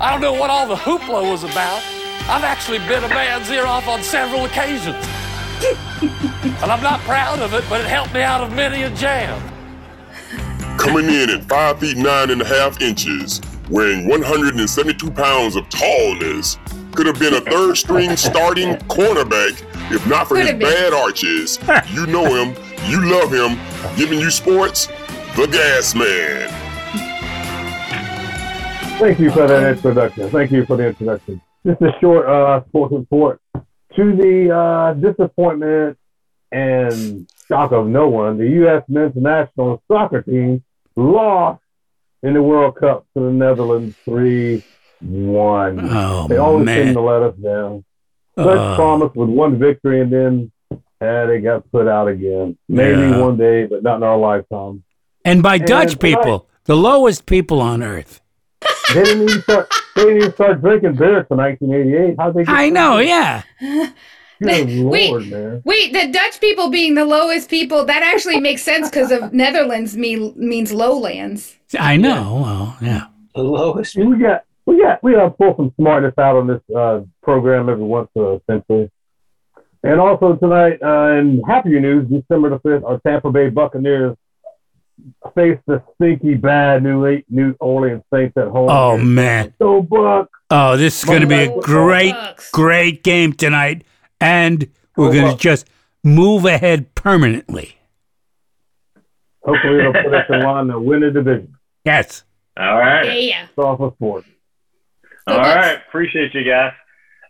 I don't know what all the hoopla was about. I've actually bit a man's ear off on several occasions. and I'm not proud of it, but it helped me out of many a jam. Coming in at 5 feet 9 and a half inches, weighing 172 pounds of tallness, could have been a third string starting cornerback if not for his Could have been. bad arches. You know him, you love him, giving you sports, the gas man. Thank you for that introduction. Thank you for the introduction. Just a short uh, sports report. To the uh, disappointment and shock of no one, the U.S. men's national soccer team lost in the World Cup to the Netherlands 3 1. Oh, they always man. seem to let us down. Such Uh. promise with one victory and then eh, they got put out again. Maybe Yeah. one day, but not in our lifetime. And by And Dutch tonight- people, the lowest people on earth. They didn't even start, they didn't even start drinking beer till 1988. How'd they get I know, yeah. Good Wait. lord, man. Wait, the Dutch people being the lowest people, that actually makes sense because of Netherlands mean, means lowlands. I know. Well, yeah. The lowest. We got we got we got to pull some smartness out on this uh, program every once in a century. And also tonight, uh, in happier news, December the fifth, our Tampa Bay Buccaneers face the stinky bad New New Orleans Saints at home. Oh, man. So Buck, Oh, this is going to be a Go great, Bucks. great game tonight. And we're going to just move ahead permanently. hopefully it'll put us in line to win the division. Yes. All right. Yeah. Off of sports. All right. Appreciate you guys.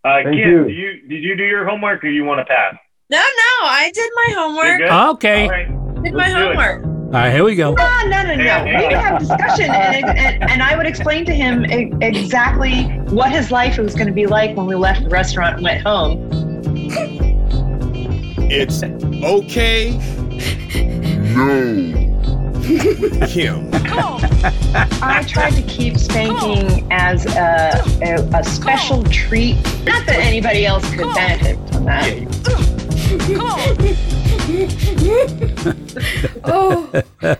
Uh, Thank Kim, you. Do you did you do your homework or you want to pass? No, no, I did my homework. You're good? Okay. All right. Did my Let's do it. homework. All right, here we go. No, no, no, no. We would have a discussion, and, and, and I would explain to him e- exactly what his life was going to be like when we left the restaurant and went home. It's okay. No. With Kim. I tried to keep spanking as a, a, a special treat. Not that anybody else could benefit from that. Oh,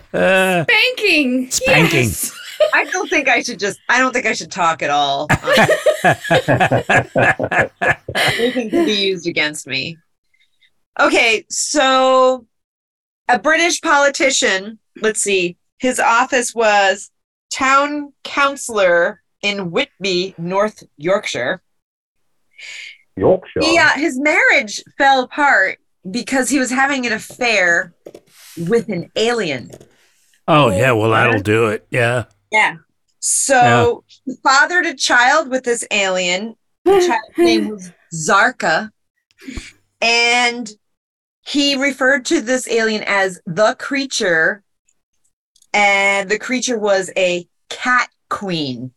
Spanking. Spanking. I don't think I should just, I don't think I should talk at all. Um, Anything can be used against me. Okay, so a British politician, let's see, his office was town councillor in Whitby, North Yorkshire. Yorkshire. Yeah, his marriage fell apart because he was having an affair with an alien. Oh, yeah. Well, that'll do it. Yeah. Yeah. So he fathered a child with this alien. The child's name was Zarka. And he referred to this alien as the creature. And the creature was a cat queen.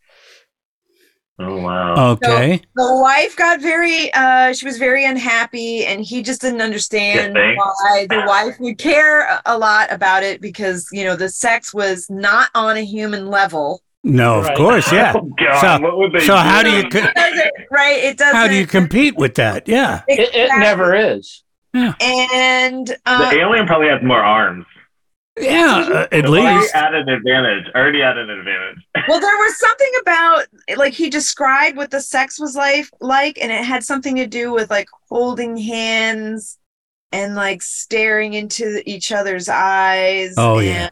Oh wow. Okay. The wife got very uh she was very unhappy and he just didn't understand Yeah, thanks. why the wife would care a- a lot about it because you know the sex was not on a human level. No, of Right. course. Yeah. Oh, God, so, what would they so how do do? you co- Doesn't- right? It doesn't. how do you compete with that? Yeah. It- it never is. And The uh, alien probably has more arms. Yeah, uh, at Already least. at an advantage. Already at an advantage. well, there was something about like he described what the sex was like, like, and it had something to do with like holding hands and like staring into each other's eyes. Oh, yeah.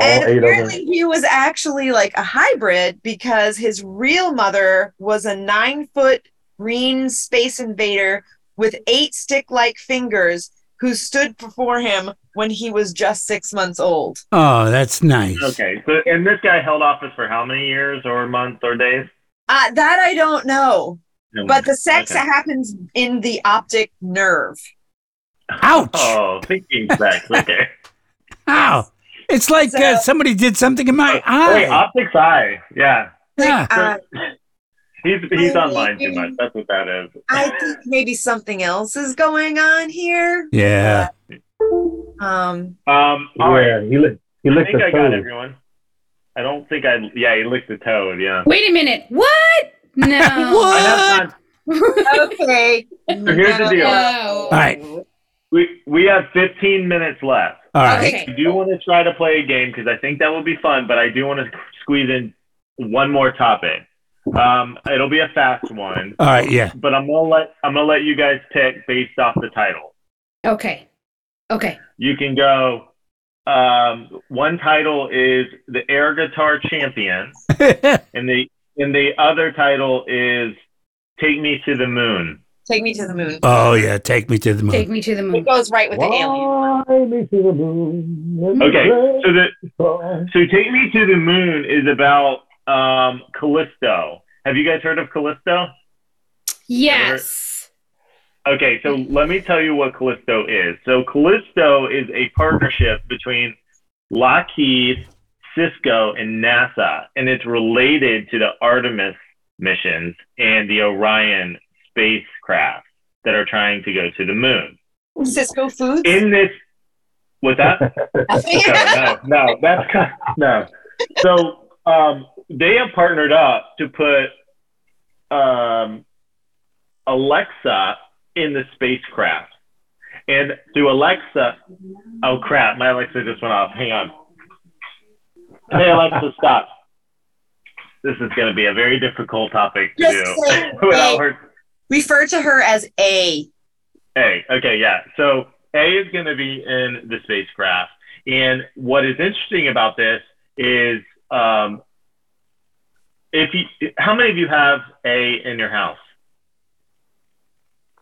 And All eight of them. apparently, he was actually like a hybrid because his real mother was a nine foot green space invader with eight stick like fingers who stood before him when he was just six months old. Oh, that's nice. Okay. So, and this guy held office for how many years or months or days? Uh, that I don't know. No. But the sex Okay. happens in the optic nerve. Ouch! Oh, thinking sex. Okay. Ow! It's like uh, somebody did something in my Oh, wait, eye. optics eye. Yeah. Yeah. Uh, He's he's online too much. That's what that is. I think maybe something else is going on here. Yeah. Um, Um. Yeah, All right. he licked. He I licked think the I got toad. everyone. I don't think I. Yeah, he licked the toad. Yeah. Wait a minute. What? No. I have time. okay. So here's the deal. No. All right. We we have 15 minutes left. All right. Okay. I do want to try to play a game because I think that will be fun, but I do want to squeeze in one more topic. Um, it'll be a fast one, All right. Yeah. but I'm gonna let I'm gonna let you guys pick based off the title. Okay. Okay. You can go. Um, one title is the Air Guitar Champion, and the and the other title is Take Me to the Moon. Take me to the moon. Oh yeah. Take me to the moon. Take me to the It moon. goes right with the alien. Fly me to the moon. Okay, so the so So Take Me to the Moon is about um, Callisto. Have you guys heard of Callisto? Yes. Okay, so let me tell you what Callisto is. So Callisto is a partnership between Lockheed, Cisco, and NASA, and it's related to the Artemis missions and the Orion spacecraft that are trying to go to the moon. Cisco Foods. In this, with that, no, no, no, that's kind- no. So um, they have partnered up to put um, Alexa in the spacecraft, and through Alexa, oh crap, my Alexa just went off. Hang on. Hey Alexa, stop. This is going to be a very difficult topic to Just do say, without hey. her Refer to her as A. a. Okay, yeah. So A is going to be in the spacecraft. And what is interesting about this is um, if you, how many of you have A in your house?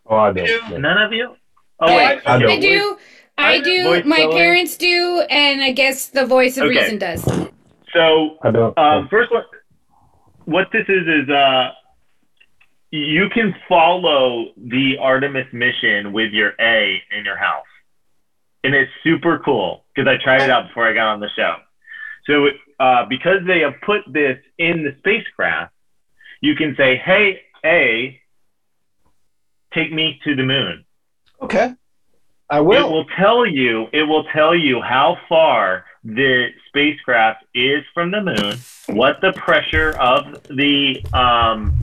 oh, I don't. None of you? Oh, wait. I I don't. do. I do. Voice My going. parents do, and I guess the voice of Okay. reason does. So I don't. um, first one, what this is is uh, you can follow the Artemis mission with your A in your house, and it's super cool because I tried it out before I got on the show. So uh, because they have put this in the spacecraft, you can say, "Hey A, take me to the moon." Okay. I It will. will tell you. It will tell you how far the spacecraft is from the moon, what the pressure of the um,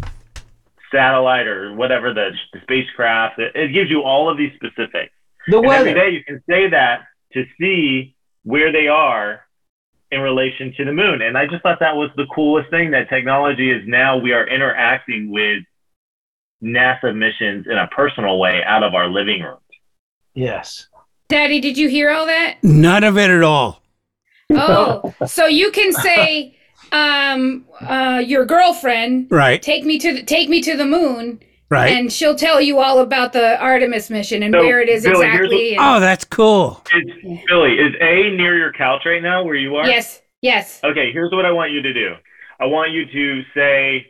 satellite or whatever the, the spacecraft. It, it gives you all of these specifics. The And every weather. day you can say that to see where they are in relation to the moon. And I just thought that was the coolest thing that technology is now we are interacting with NASA missions in a personal way out of our living room. Yes. Daddy, did you hear all that? None of it at all. Oh, so you can say, um, uh, your girlfriend, Right. take me to the, take me to the moon, Right. and she'll tell you all about the Artemis mission and So, where it is Billy, here's exactly. and- oh, that's cool. It's Billy. Is A near your couch right now where you are? yes, yes. Okay, here's what I want you to do. I want you to say,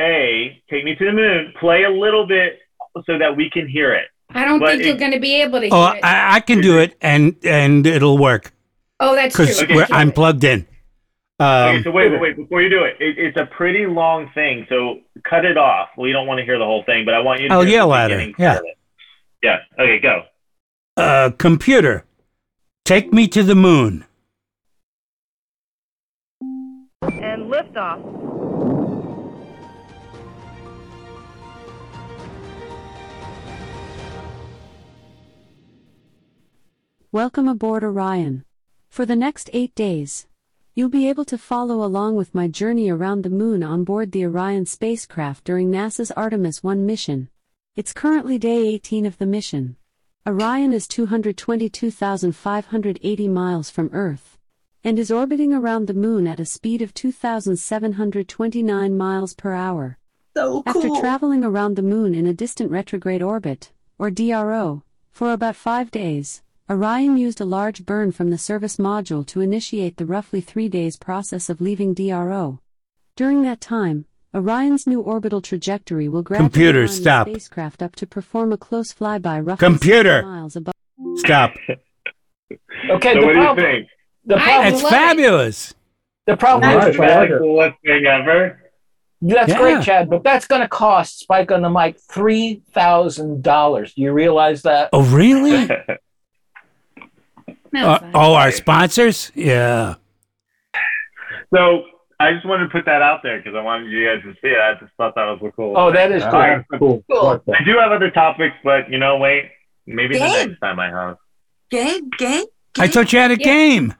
A, take me to the moon, play a little bit so that we can hear it. I don't but think you're it- going to be able to hear Oh, it. I, I can do it, and and it'll work oh, that's true. because Okay. You we're can't I'm do it. plugged in. okay, Um, so wait, wait, wait, before you do it, it it's a pretty long thing, so cut it off. We don't want to hear the whole thing, but I want you to I'll hear the yell at her, beginning Oh, yeah. part of it. Yeah. Okay, go. uh, computer, take me to the moon. And liftoff. Welcome aboard Orion. For the next eight days, you'll be able to follow along with my journey around the moon on board the Orion spacecraft during NASA's Artemis 1 mission. It's currently day 18 of the mission. Orion is 222,580 miles from Earth and is orbiting around the moon at a speed of 2,729 miles per hour. So After cool. traveling around the moon in a distant retrograde orbit, or DRO, For about five days, Orion used a large burn from the service module to initiate the roughly three days process of leaving DRO. During that time, Orion's new orbital trajectory will gradually Computer, climb the stop. spacecraft up to perform a close flyby roughly six Computer. miles above. Stop. Okay, the So what do you problem, think? The problem, That's fabulous. The problem That's is, the Chad, coolest thing ever. that's Yeah. great, Chad, but that's going to cost Spike on the mic three thousand dollars. Do you realize that? Oh, really? Uh, oh, our sponsors? Yeah. So I just wanted to put that out there because I wanted you guys to see it. I just thought that was a cool. Oh, that is cool. I, cool. I do have other topics, but you know, wait, maybe the Good. next time I host. Game, game, I thought you had a game.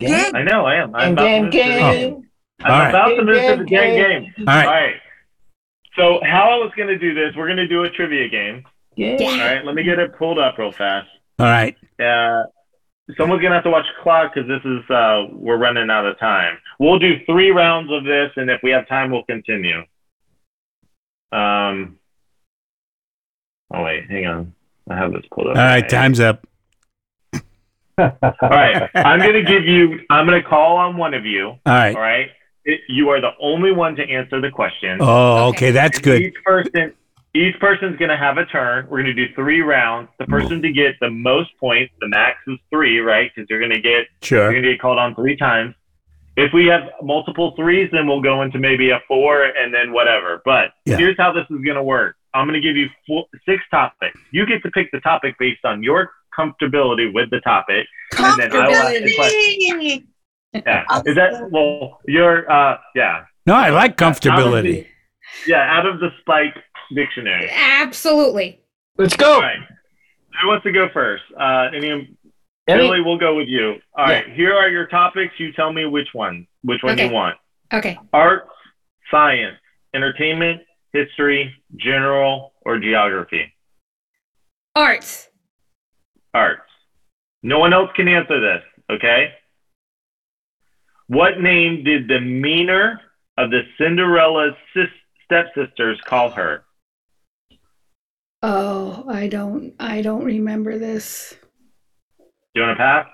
game. I know I am. I'm Game, game, about to move to the- game. I'm Oh. All right. about to move Game, to the game, game. game. game. All right. So how I was going to do this, we're going to do a trivia game. Yeah. All right. Let me get it pulled up real fast. All right. Uh, someone's gonna have to watch the clock because this is uh, we're running out of time. We'll do three rounds of this, and if we have time, we'll continue. Um. Oh wait, hang on. I have this pulled All up. right. Time's up. All right. I'm gonna give you. I'm gonna call on one of you. All right. All right. It- you are the only one to answer the question. Oh, okay. That's good. Each person, each person's going to have a turn. We're going to do three rounds. The person to get the most points, the max is three, right? Because you're going to get Sure. you're going to get called on three times. If we have multiple threes, then we'll go into maybe a four and then whatever. But Yeah. here's how this is going to work. I'm going to give you four, six topics. You get to pick the topic based on your comfortability with the topic, and then I will ask the question. Comfortability. Yeah. Is that well? Your uh, yeah, No, I like comfortability. yeah. Out of the Spike dictionary. Absolutely. Let's go. All right. Who wants to go first? Uh, any, Any- Billy, we'll go with you. All right. Here are your topics. You tell me which one, which one Okay. you want. Okay. Art, science, entertainment, history, general, or geography. Arts. Arts. No one else can answer this. Okay. What name did the meaner of the Cinderella's sis- stepsisters call her? Oh, I don't I don't remember this. Do you want to pass?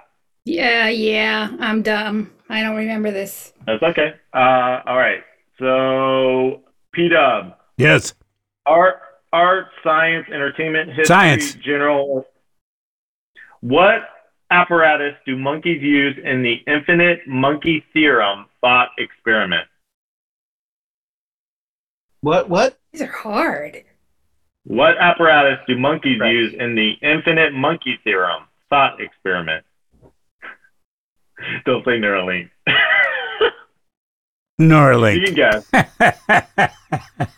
Yeah, yeah, I'm dumb. I don't remember this. That's okay. Uh, all right. So, P Dub, Yes. art, art, science, entertainment, history, Science. general. What apparatus do monkeys use in the infinite monkey theorem thought experiment? What? What? These are hard. What apparatus do monkeys use in the infinite monkey theorem thought experiment? Don't say Neuralink. You Neuralink. can guess.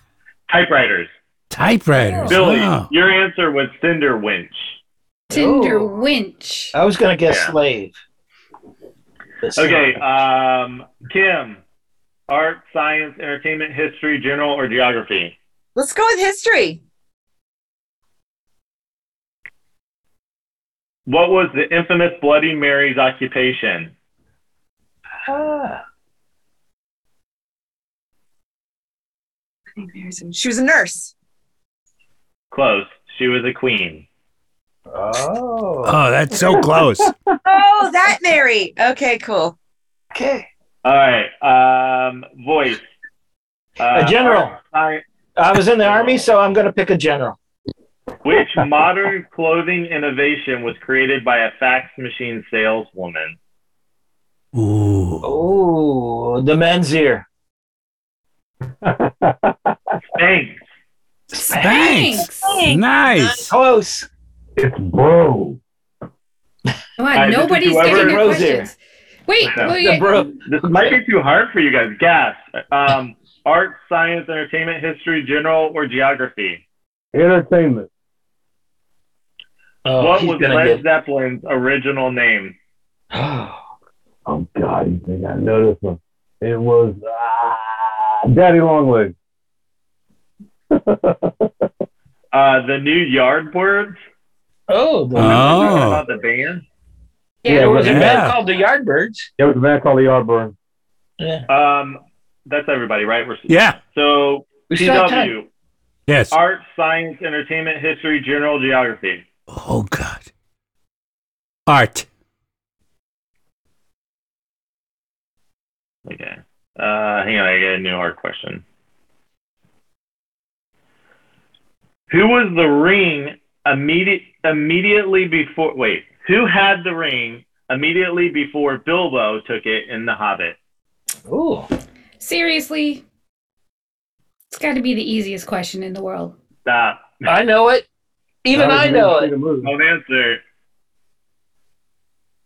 Typewriters. Typewriters. Billy, Wow. your answer was Cinder Winch. Tinder winch. I was going to guess Oh. Yeah. slave. Okay, um, Kim, art, science, entertainment, history, general, or geography? Let's go with history. What was the infamous Bloody Mary's occupation? Ah. She was a nurse. Close. She was a queen. Oh. Oh, that's so close. Oh, that Mary. Okay, cool. Okay. All right, um, voice. Uh, A general. art, I was in the army, so I'm going to pick a general. sci- which modern clothing innovation was created by a fax machine saleswoman? Ooh. Oh, the men's ear. Thanks. Thanks. Nice. Close. It's bro. Come on, I think nobody's whoever- getting their Rose ear. questions. Wait, No. well, The yeah, bro. This might be too hard for you guys. Gas, um, art, science, entertainment, history, general, or geography. Entertainment. Oh, what he's was gonna get- Led Zeppelin's original name? Oh God, you think I know this one? It was ah, Daddy Longlegs. Uh, the New Yardbirds. Oh, the, Remember we talked Oh. about the band. yeah, there was a Yeah. band called the Yardbirds. There was a man called the Yardbird. Yeah. Um, that's everybody, right? We're, Yeah. So We still have CW, Yes. art, science, entertainment, history, general, geography. Oh, God. Art. Okay. Uh, hang on, I got a new hard question. Who was the ring immediate, immediately before? Wait, who had the ring immediately before Bilbo took it in The Hobbit? Ooh. Seriously, it's got to be the easiest question in the world. Stop. I know it. Even I know it. Don't answer.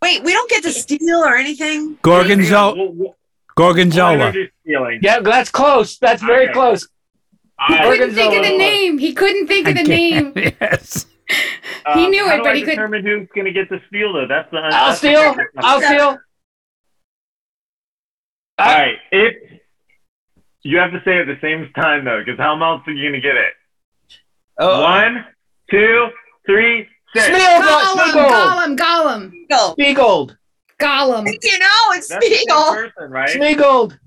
Wait, we don't get to steal or anything. Gorgonzola. Gorgonzola. Yeah, that's close. That's very close. He couldn't think of the name. He couldn't think of the name. yes. He knew Um, how it, do but I he couldn't- determine who's going to get to steal though. That's the. I'll steal. I'll steal. All right. If you have to say it at the same time though, because how else are you going to get it? One, two, three, six. Gollum, Gollum, Gollum, Smeagold. Gollum. You know, it's That's the same Smeagol. person, right? Smeagold.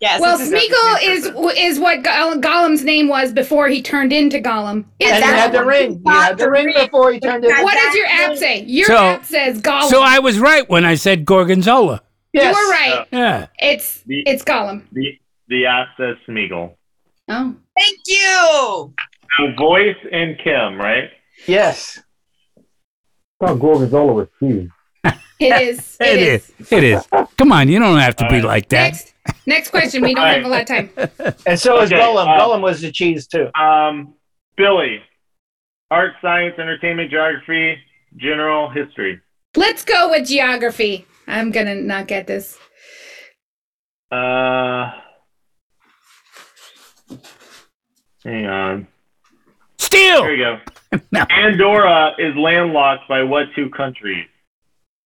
Yes. Well, it's the same Smeagol is is what Goll- Gollum's name was before he turned into Gollum. And It's he that had the one. ring. He had the ring before he turned it. What does your app say? Your So- app says Gollum. So I was right when I said Gorgonzola. You were right. Yeah. It's it's Gollum. Uh, The the app says Smeagol. Oh. Thank you. The voice and Kim, right? Yes. I thought Gorgonzola was cheese. It is. It is. It is. Come on, you don't have to be like that. Next next question. We don't have a lot of time. And so is Okay, Gollum. uh, Gollum was the cheese too. Um, Billy, art, science, entertainment, geography, general history. Let's go with geography. I'm gonna not get this. Uh, hang on. Steal. There we go. Andorra is landlocked by what two countries?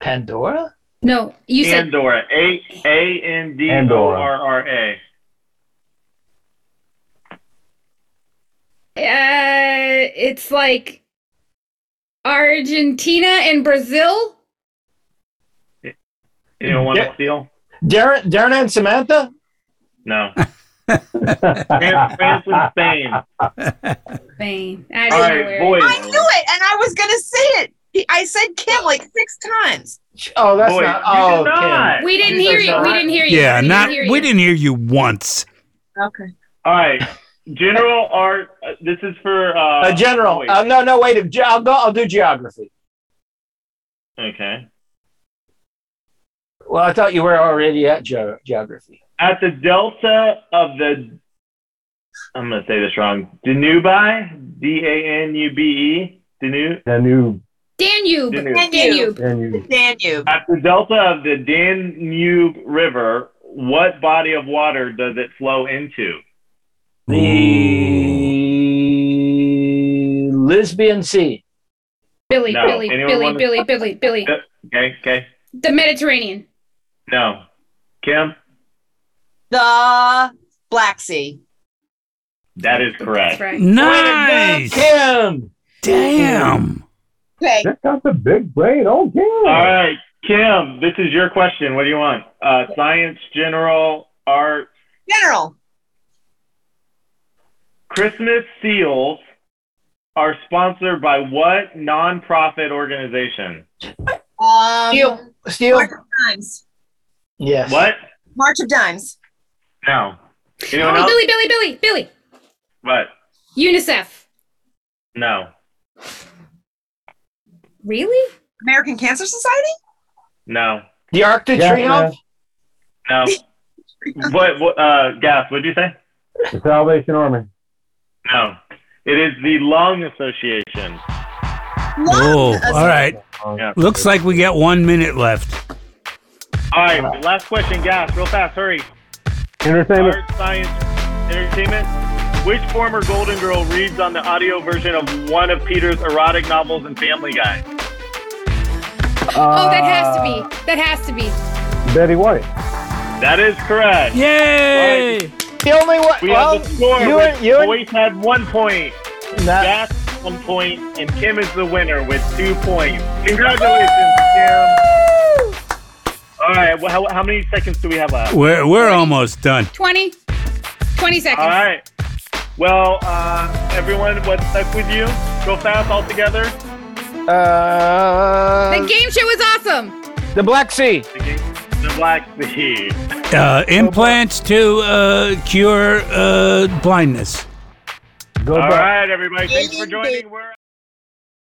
Pandora. No, you said Andorra. A A N D O R R A. uh, it's like Argentina and Brazil. You don't want Yeah. to steal? Darren, Darren and Samantha. No. France, France and Spain. Spain. I All don't know right, where. boys. I knew it, and I was gonna say it. He- I said Kim like six times. Oh, that's Boy, not. you Oh, did Kim. not. We didn't You hear did you. not. We didn't hear you. Yeah, we not Didn't hear you. we didn't hear you once. Okay. All right. General art. uh, This is for uh, Uh, general. boys. Uh, no, no. Wait. Ge- I'll go. I'll do geography. Okay. Well, I thought you were already at ge- geography. At the delta of the, I'm going to say this wrong. Danube, D A N U B E, Danube. Danube. Danube. Danube. Danube. Danube. Danube. At the delta of the Danube River, what body of water does it flow into? The lesbian sea. Billy, No. Billy, Anyone Billy, wanna- Billy, Billy, Billy. Okay, okay. The Mediterranean. No. Kim, The Black Sea. that is correct. That's right. Nice. Kim. Damn. Okay. That's got the big brain. Oh, All yeah. right, Kim, this is your question. What do you want? Uh, science, general, art, General. Christmas seals are sponsored by what nonprofit organization? Um, Steel. Steel. March of Dimes. Yes. What? March of Dimes. No. Anyone Oh, else? Billy, Billy, Billy, Billy. What? UNICEF. No. Really? American Cancer Society. No. The Arctic Yeah, Tree man. No. what, what? Uh, Gaff, what'd you say? The Salvation Army. No. It is the Lung Association. Oh, all right. Yeah. Looks like we got one minute left. All right, last question, Gaff, real fast, hurry. Entertainment. Art, science, entertainment. Which former Golden Girl reads on the audio version of one of Peter's erotic novels and Family Guy? oh, that has to be. That has to be. Uh, Betty White. That is correct. Yay! The only one. We well, have the score. you with and you and Boyce had one point, Nah. Gaff one point, and Kim is the winner with two points. Congratulations, Kim. All right, well, how, how many seconds do we have left? We're we're almost done. 20? 20 seconds. All right. Well, uh, everyone, what stuck with you? Go fast all together. Uh, the game show was awesome. the Black Sea. The Black Sea. Uh, implants to uh, cure uh, blindness. All right, everybody. Thanks for joining. We're